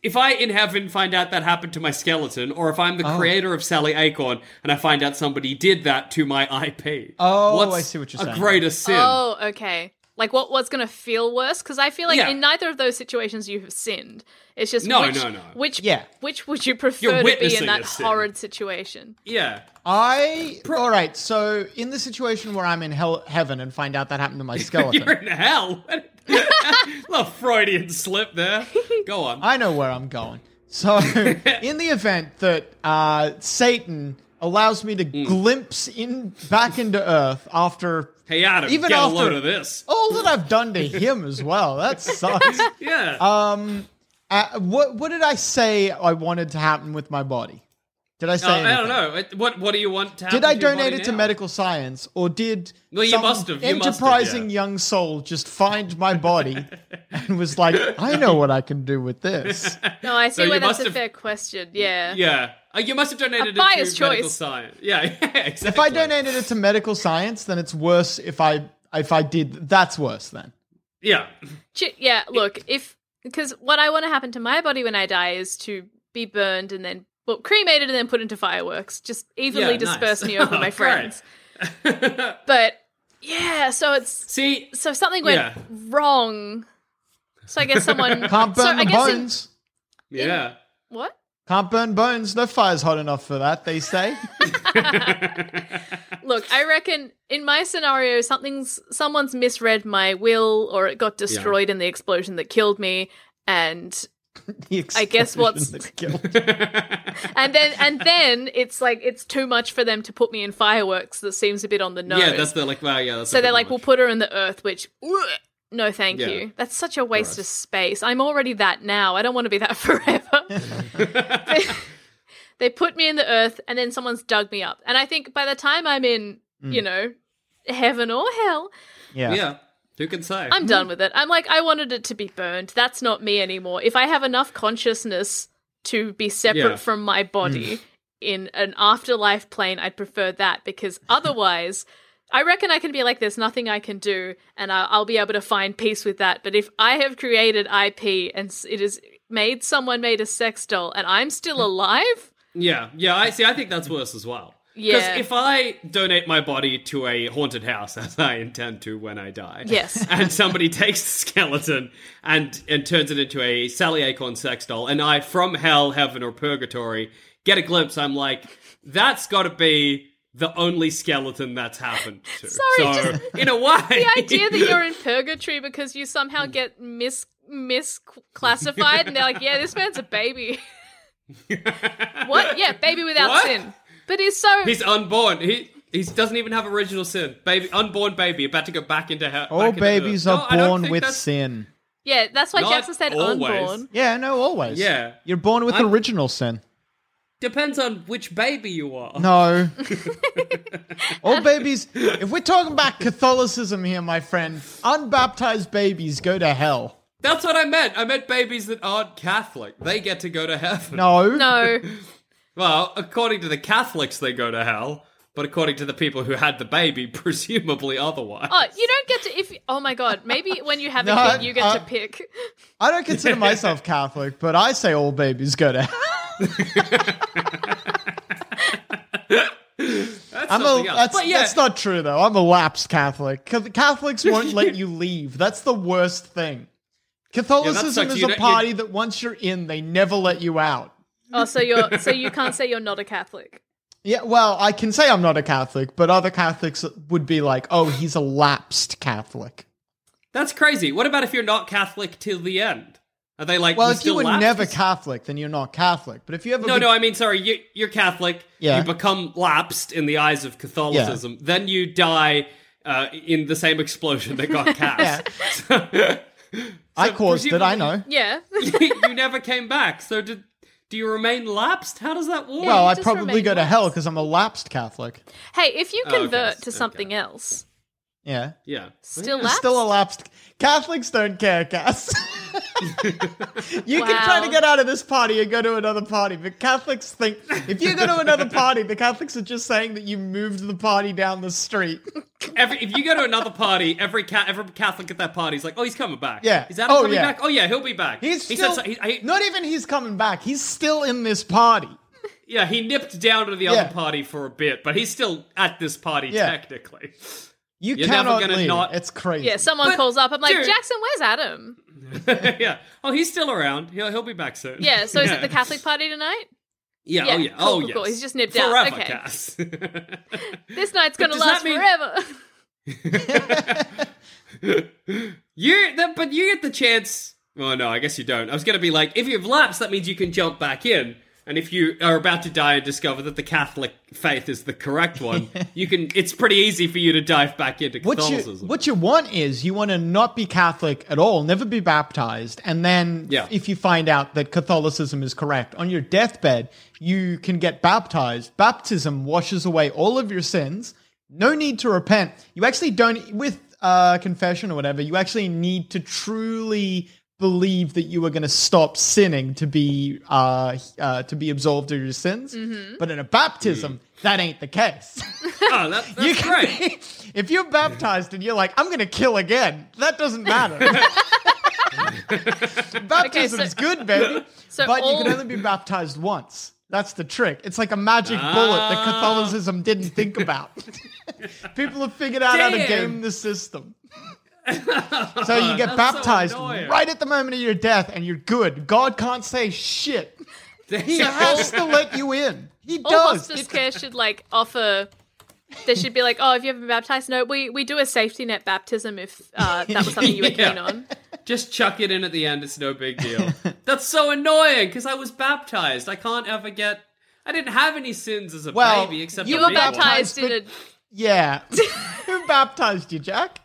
S4: if I in heaven find out that happened to my skeleton, or if I'm the
S6: Oh.
S4: creator of Sally Acorn and I find out somebody did that to my IP,
S6: Oh,
S4: what's
S6: I see what you're
S4: a
S6: saying.
S4: greater sin.
S5: Oh, okay. Like what was going to feel worse? Because I feel like
S4: Yeah.
S5: in neither of those situations you have sinned. It's just
S4: No,
S5: which,
S4: no, no.
S5: Which
S6: Yeah.
S5: which would you prefer
S4: You're
S5: to be
S4: witnessing
S5: in that
S4: a sin.
S5: horrid situation?
S4: Yeah,
S6: I all right. So in the situation where I'm in hell, heaven, and find out that happened to my
S4: you're
S6: skeleton,
S4: in hell. Little Freudian slip there. Go on.
S6: I know where I'm going. So in the event that uh, Satan allows me to
S4: Hmm.
S6: glimpse in back into Earth after
S4: hey Adam,
S6: even
S4: get a
S6: after-
S4: load of this.
S6: all that I've done to him as well, that sucks.
S4: Yeah.
S6: Uh, what what did I say I wanted to happen with my body? Did I say?
S4: Uh, I
S6: anything?
S4: don't know. It- What What do you want? To happen
S6: Did I
S4: to your
S6: donate
S4: body
S6: it to
S4: now?
S6: medical science, or did
S4: Well, you
S6: some
S4: must have, you must have,
S6: enterprising
S4: yeah.
S6: young soul just find my body and was like, "I know what I can do with this."
S5: No, I see
S4: So
S5: where
S4: you
S5: that's
S4: must
S5: a
S4: have-
S5: fair question. Yeah.
S4: Yeah. Uh, you must have donated it to
S5: biased choice.
S4: medical science. Yeah, yeah exactly.
S6: If I donated it to medical science, then it's worse. If I if I did, that's worse. Then
S4: yeah,
S5: Ch- yeah, look, if because what I want to happen to my body when I die is to be burned and then well cremated and then put into fireworks, just evenly
S4: Yeah, nice.
S5: disperse me over
S4: Oh,
S5: my
S4: great.
S5: friends. but yeah, so it's
S4: see,
S5: so if something went
S4: Yeah.
S5: wrong. So I guess someone
S6: can't
S5: so
S6: burn
S5: I
S6: the
S5: guess in-
S6: bones.
S4: yeah.
S5: what?
S6: Can't burn bones. No fire's hot enough for that. They say.
S5: Look, I reckon in my scenario, something's someone's misread my will, or it got destroyed in the explosion that killed me, and
S6: The
S5: I guess
S6: explosion
S5: what's-
S6: that killed-
S5: and then and then it's like it's too much for them to put me in fireworks. That seems a bit on the nose.
S4: Yeah, that's the like. Wow, yeah. That's a
S5: so they're
S4: bit
S5: like,
S4: much.
S5: we'll put her in the earth, which. ugh, No, thank
S4: Yeah.
S5: you. That's such a waste of space. I'm already that now. I don't want to be that forever. they, they put me in the earth and then someone's dug me up. And I think by the time I'm in,
S4: Mm.
S5: you know, heaven or hell,
S6: yeah.
S4: yeah. Who can say?
S5: I'm done with it. I'm like, I wanted it to be burned. That's not me anymore. If I have enough consciousness to be separate
S4: Yeah.
S5: from my body in an afterlife plane, I'd prefer that because otherwise, I reckon I can be like, there's nothing I can do, and I'll, I'll be able to find peace with that. But if I have created IP and s- it is made someone made a sex doll and I'm still alive,
S4: Yeah, yeah. I see. I think that's worse as well.
S5: Yeah.
S4: Because if I donate my body to a haunted house, as I intend to when I die,
S5: Yes.
S4: and somebody takes the skeleton and and turns it into a Sally Acorn sex doll, and I from hell, heaven, or purgatory get a glimpse, I'm like, that's got to be the only skeleton that's happened to.
S5: Sorry,
S4: so
S5: just-
S4: in a way,
S5: the idea that you're in purgatory because you somehow get mis misclassified and they're like yeah this man's a baby what yeah baby without
S4: What?
S5: sin but he's so
S4: he's unborn. He. He doesn't even have original sin. Baby, unborn baby, about to go back into hell.
S6: All babies are born with sin.
S5: yeah that's why
S4: Not
S5: jackson said
S4: always.
S5: unborn
S6: Yeah, no, always.
S4: Yeah.
S6: You're born with
S4: I'm-
S6: original sin.
S4: Depends on which baby you are.
S6: No. All babies, if we're talking about Catholicism here, my friend, unbaptized babies go to hell.
S4: That's what I meant. I meant babies that aren't Catholic. They get to go to heaven.
S6: No.
S5: no
S4: Well, according to the Catholics, they go to hell. But according to the people who had the baby, presumably otherwise.
S5: oh you don't get to if oh my god maybe when you have
S6: No,
S5: a kid you get
S6: uh,
S5: to pick
S6: I don't consider myself Catholic, but I say all babies go to hell.
S4: that's
S6: I'm a,
S4: something else.
S6: that's,
S4: but yeah,
S6: that's not true, though. I'm a lapsed Catholic. Cath- Catholics won't let you leave. That's the worst thing. Catholicism
S4: sucks.
S6: is
S4: You
S6: a
S4: don't- you-
S6: party that once you're in, they never let you out.
S5: oh so you're so you can't say you're not a catholic
S6: Yeah, well, I can say I'm not a Catholic, but other Catholics would be like, "Oh, he's a lapsed Catholic."
S4: that's crazy. What about if you're not Catholic till the end? Are they like?
S6: Well,
S4: you
S6: if you
S4: still
S6: were
S4: lapsed?
S6: never Catholic, then you're not Catholic. But if you ever
S4: No,
S6: be-
S4: no. I mean, sorry. You, you're Catholic.
S6: Yeah.
S4: You become lapsed in the eyes of Catholicism. Then you die uh, in the same explosion that got cast.
S6: I caused it. I know.
S5: yeah
S4: you never came back. So did do you remain lapsed? How does that work?
S6: Well, I
S5: just
S6: probably
S5: remain
S6: go to hell
S5: lapsed.
S6: because I'm a lapsed Catholic.
S5: hey if you
S4: Oh, okay,
S5: convert
S4: so-
S5: to something else
S6: Yeah.
S4: Yeah.
S5: Still
S6: It's
S5: left?
S6: Still elapsed. Catholics don't care, Cass. you can try to
S5: Wow.
S6: get out of this party and go to another party, but Catholics think if you go to another party, the Catholics are just saying that you moved the party down the street.
S4: Every, if you go to another party, every ca- every Catholic at that party is like, "Oh, he's coming back.
S6: Yeah.
S4: is Adam
S6: Oh,
S4: coming
S6: yeah.
S4: back? Oh, yeah, he'll be back.
S6: He's
S4: he
S6: still
S4: said, so- he, I-
S6: not even he's coming back. He's still in this party.
S4: yeah, he nipped down to the
S6: Yeah.
S4: other party for a bit, but he's still at this party
S6: Yeah.
S4: technically.
S6: You
S4: You're never
S6: cannot
S4: gonna
S6: leave.
S4: not-
S6: It's crazy.
S5: Yeah, someone calls up. I'm like,
S4: dude-
S5: Jackson, where's Adam?
S4: yeah. Oh, he's still around. He'll he'll be back soon.
S5: Yeah, so is it the Catholic party tonight?
S4: Yeah.
S5: Yeah,
S4: Oh yeah.
S5: cool,
S4: oh
S5: cool,
S4: yes.
S5: cool. He's just nipped
S4: Forever,
S5: out. Okay.
S4: Cass.
S5: This night's
S4: But
S5: going to
S4: does that
S5: last
S4: mean-
S5: forever.
S4: You're that, but you get the chance. Well, no, I guess you don't. I was gonna be like, if you've lapsed, that means you can jump back in, and if you are about to die and discover that the Catholic faith is the correct one, you can. It's pretty easy for you to dive back into
S6: What you,
S4: Catholicism.
S6: what you want is you want to not be Catholic at all, never be baptized, and then
S4: Yeah.
S6: if you find out that Catholicism is correct, on your deathbed, you can get baptized. Baptism washes away all of your sins. No need to repent. You actually don't, with uh, confession or whatever, you actually need to truly believe that you were going to stop sinning to be uh, uh, to be absolved of your sins. But in a baptism,
S4: Mm.
S6: that ain't the case.
S4: oh, that, that's
S6: You can
S4: great.
S6: be- if you're baptized and you're like, I'm going to kill again, that doesn't matter. Baptism is good, baby.
S5: so
S6: but you can
S5: all-
S6: only be baptized once. That's the trick. It's like a magic bullet that Catholicism didn't think about. People have figured out how to
S4: Damn.
S6: game the system. So you get
S4: That's so
S6: baptized
S4: annoying.
S6: right at the moment of your death and you're good. God can't say shit. He
S4: Yeah.
S6: has to let you in. He
S5: All
S6: does.
S5: hospice
S6: It-
S5: care should like offer. They should be like, oh, if you haven't been baptized, no, we we do a safety net baptism if uh, that was something you were
S4: Yeah.
S5: keen on.
S4: Just chuck it in at the end. It's no big deal. That's so annoying because I was baptized. I can't ever get. I didn't have any sins as a
S6: Well,
S4: baby except
S6: you
S4: a
S5: You were
S4: big one.
S5: baptized
S6: Baptized,
S5: in
S6: yeah. Who baptized you, Jack?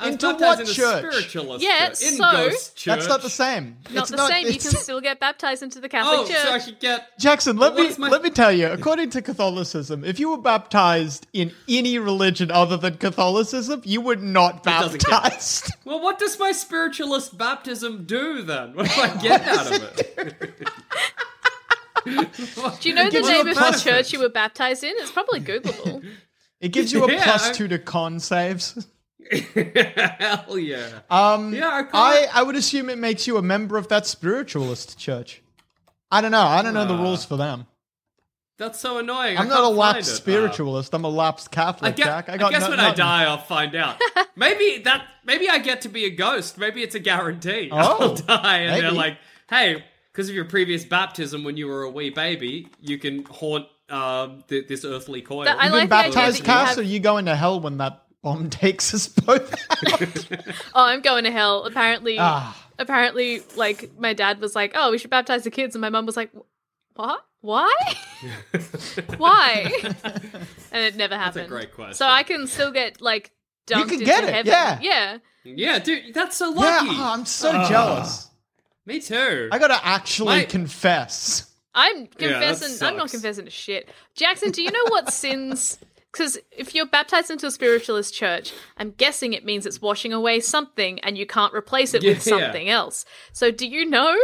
S4: I was
S6: into
S4: baptized
S6: what
S4: in a
S6: church?
S4: spiritualist
S5: Yeah,
S4: church. In
S5: so-
S4: ghost church.
S6: That's not the same.
S5: a not
S6: It's
S5: the same. You can
S6: it's-
S5: still get baptized into the Catholic
S4: Oh,
S5: Church.
S4: so I could get.
S6: Jackson, let
S4: What
S6: me
S4: is my-
S6: let me tell you. According to Catholicism, if you were baptized in any religion other than Catholicism, you were not
S4: doesn't count.
S6: baptized.
S4: Well, what does my spiritualist baptism do then? What do I get out of it?
S5: do you know the
S6: gives you
S5: name
S6: a
S5: of the
S6: plus.
S5: church you were baptized in? It's probably Googleable.
S6: It gives you a
S4: Yeah,
S6: plus
S4: I-
S6: two to con saves.
S4: Hell yeah.
S6: Um,
S4: Yeah, I call
S6: I
S4: it-
S6: I would assume it makes you a member of that spiritualist church. I don't know. I don't know the rules for them.
S4: That's so annoying. I
S6: I'm not a
S4: can't find
S6: lapsed
S4: it. Uh,
S6: spiritualist. I'm a lapsed
S4: I,
S6: Catholic,
S4: guess,
S6: Jack.
S4: I,
S6: I got
S4: guess
S6: no-
S4: when I
S6: nothing.
S4: die, I'll find out. maybe that. Maybe I get to be a ghost. Maybe it's a guarantee.
S6: Oh,
S4: I'll die, and they're
S6: maybe.
S4: like, "Hey, because of your previous baptism when you were a wee baby, you can haunt um, th- this earthly coil."
S5: That- I
S6: You
S5: like
S6: been
S5: the idea
S6: baptized,
S5: that you
S6: Cass,
S5: have-
S6: or you going to hell when that bomb takes us both? out?
S5: oh, I'm going to hell. Apparently,
S6: Ah.
S5: apparently, like my dad was like, oh, we should baptize the kids, and my mum was like, what? Why? Why? and it never happened.
S4: great question.
S5: So I can still get like dumped
S6: can
S5: into
S6: get it,
S5: heaven.
S6: yeah.
S5: yeah.
S4: Yeah, dude, that's so
S6: yeah,
S4: lucky.
S6: oh, I'm so
S4: Ah.
S6: jealous.
S4: Me too.
S6: I gotta actually
S4: My-
S6: confess.
S5: I'm
S4: Yeah, that
S5: confessing. I'm not
S4: sucks.
S5: confessing to shit. Jackson, do you know what sins? Because if you're baptized into a spiritualist church, I'm guessing it means it's washing away something, and you can't replace it
S4: Yeah.
S5: with something else. So, do you know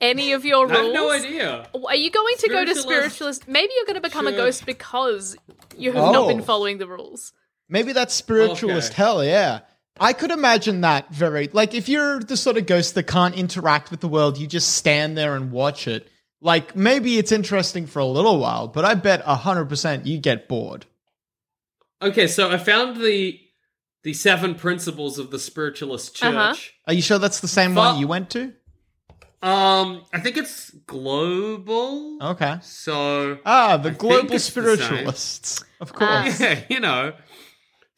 S5: any of your
S4: I have
S5: rules?
S4: no idea.
S5: Are you going to go to
S4: Spiritualist
S5: spiritualist? Maybe you're going to become a
S4: church.
S5: ghost because you have not been
S6: Oh.
S5: following the rules.
S6: Maybe that's spiritualist
S4: Okay.
S6: hell, yeah. I could imagine that very like if you're the sort of ghost that can't interact with the world, you just stand there and watch it. Like maybe it's interesting for a little while, but I bet hundred percent you get bored.
S4: Okay, so I found the the seven principles of the spiritualist church.
S5: Uh-huh.
S6: Are you sure that's the same
S4: Fuck.
S6: one you went to?
S4: Um, I think it's global.
S6: Okay.
S4: So
S6: Ah, the
S4: I think
S6: global
S4: it's the same.
S6: spiritualists. Of course.
S4: yeah, you know.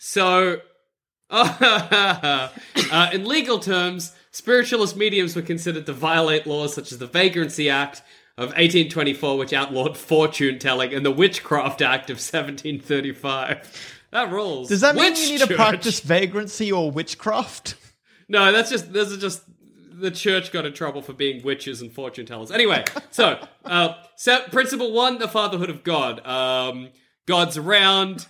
S4: So, uh, in legal terms, spiritualist mediums were considered to violate laws such as the Vagrancy Act of 1824, which outlawed fortune telling, and the Witchcraft Act of 1735. That rules.
S6: Does that mean
S4: Witch
S6: you need
S4: church.
S6: to practice vagrancy or witchcraft?
S4: No, that's just this is just the church got in trouble for being witches and fortune tellers. Anyway, so uh, so principle one, the fatherhood of God. Um, God's around.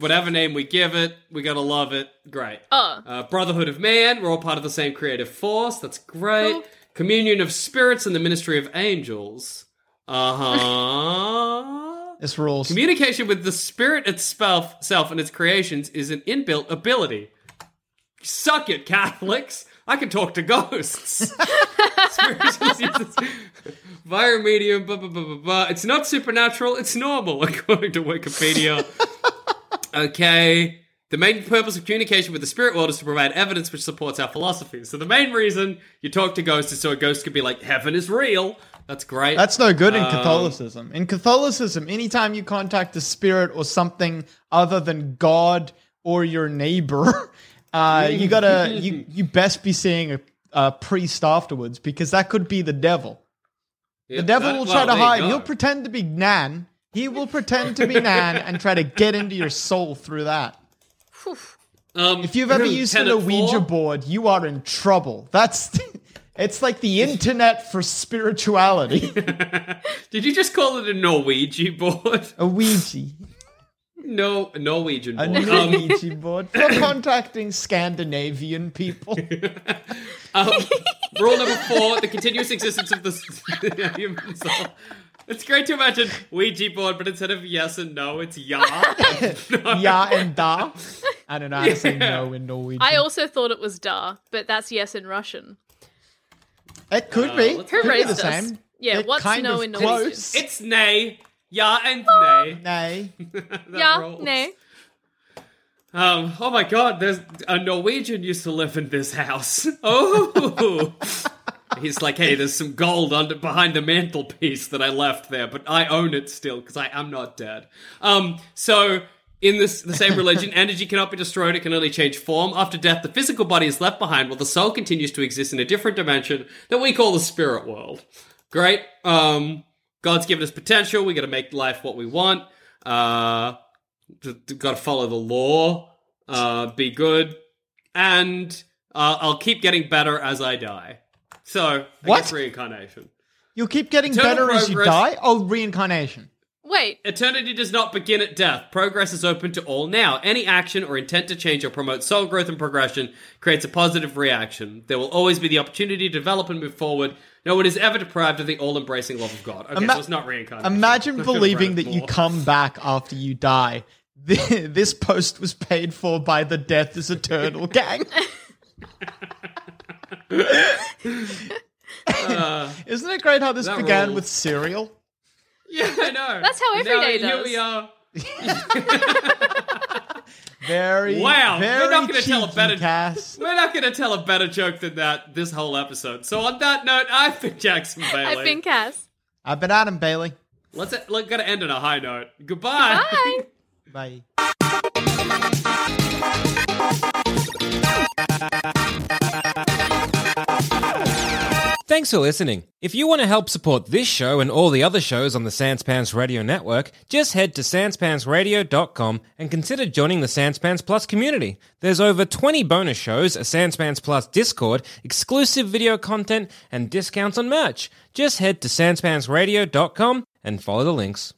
S4: Whatever name we give it, we gotta love it. Great.
S5: Oh.
S4: Uh, Brotherhood of Man. We're all part of the same creative force. That's great. Communion of spirits and the ministry of angels. Uh-huh. Uh huh.
S6: This rules.
S4: Communication with the spirit itself self and its creations is an inbuilt ability. Suck it, Catholics. I can talk to ghosts. Spiritualist uses via a medium, blah, blah, blah, blah, blah. It's not supernatural, it's normal, according to Wikipedia. okay. The main purpose of communication with the spirit world is to provide evidence which supports our philosophy. So the main reason you talk to ghosts is so a ghost could be like, heaven is real. That's great. Um,
S6: That's no good in Catholicism. In Catholicism, anytime you contact a spirit or something other than God or your neighbor, uh,
S4: Mm.
S6: you gotta you you best be seeing a, a priest afterwards because that could be the devil. The
S4: Yep,
S6: devil
S4: that-
S6: will
S4: Uh, well,
S6: try
S4: there
S6: to
S4: you
S6: hide.
S4: go.
S6: He'll pretend to be Nan. He will pretend to be Nan and try to get into your soul through that.
S4: Um,
S6: If you've ever used a
S4: Tenet
S6: Ouija
S4: four?
S6: board, you are in trouble. That's it's like the internet for spirituality.
S4: Did you just call it a Norwegian board?
S6: A Ouija,
S4: No, Norwegian
S6: a
S4: board.
S6: new
S4: um,
S6: Ouija board for contacting Scandinavian people.
S4: um, rule number four: the continuous existence of the s- human soul. It's great to imagine Ouija board, but instead of yes and no, it's ya.
S6: Ja and da. I don't know. I say no in Norwegian.
S5: I also thought it was da, but that's yes in Russian.
S6: it could be.
S4: let's-
S6: Could
S5: Who
S6: be
S5: raised
S6: the
S5: us?
S6: same.
S5: Yeah,
S6: They're
S5: what's
S6: kind
S5: no
S6: of
S5: in Norwegian?
S6: close.
S4: it's nay, ya and nay.
S6: Nay.
S4: That
S5: yeah,
S4: rules.
S5: no.
S4: Um, oh my god, there's a Norwegian used to live in this house. Oh, he's like, hey, there's some gold under behind the mantelpiece that I left there, but I own it still because I am not dead. Um, so in this the same religion, energy cannot be destroyed; it can only change form. After death, the physical body is left behind, while the soul continues to exist in a different dimension that we call the spirit world. Great. Um, God's given us potential. We got to make life what we want. Uh, got to follow the law, uh, be good, and uh, I'll keep getting better as I die. So, I
S6: What?
S4: guess reincarnation.
S6: You'll keep getting
S4: Eternal
S6: better as you
S4: progress.
S6: die. Oh, reincarnation.
S5: Wait,
S4: Eternity does not begin at death. Progress is open to all now. Any action or intent to change or promote soul growth and progression creates a positive reaction. There will always be the opportunity to develop and move forward. No one is ever deprived of the all embracing love of God. Okay,
S6: Ima-
S4: so it's not reincarnation.
S6: Imagine
S4: I could've
S6: believing
S4: read
S6: that you
S4: more.
S6: come back after you die. This post was paid for by the Death is Eternal gang. Isn't it great how this
S4: that
S6: began
S4: rules.
S6: with cereal?
S4: Yeah, I know.
S5: That's how every
S4: now,
S5: day
S4: Here
S5: does.
S4: we are.
S6: Very
S4: Wow, we're
S6: Very
S4: not gonna tell a
S6: cheeky,
S4: better-
S6: Cass.
S4: We're not going to tell a better joke than that this whole episode. So on that note, I've been Jackson Bailey.
S5: I've been Cass.
S6: I've been Adam Bailey.
S4: Let's let, gotta end on a high note. Goodbye.
S5: Bye.
S6: Bye.
S2: Thanks for listening. If you want to help support this show and all the other shows on the Sanspants Radio Network, just head to sanspantsradio.com and consider joining the Sanspants Plus community. There's over 20 bonus shows, a Sanspants Plus Discord, exclusive video content, and discounts on merch. Just head to sanspantsradio.com and follow the links.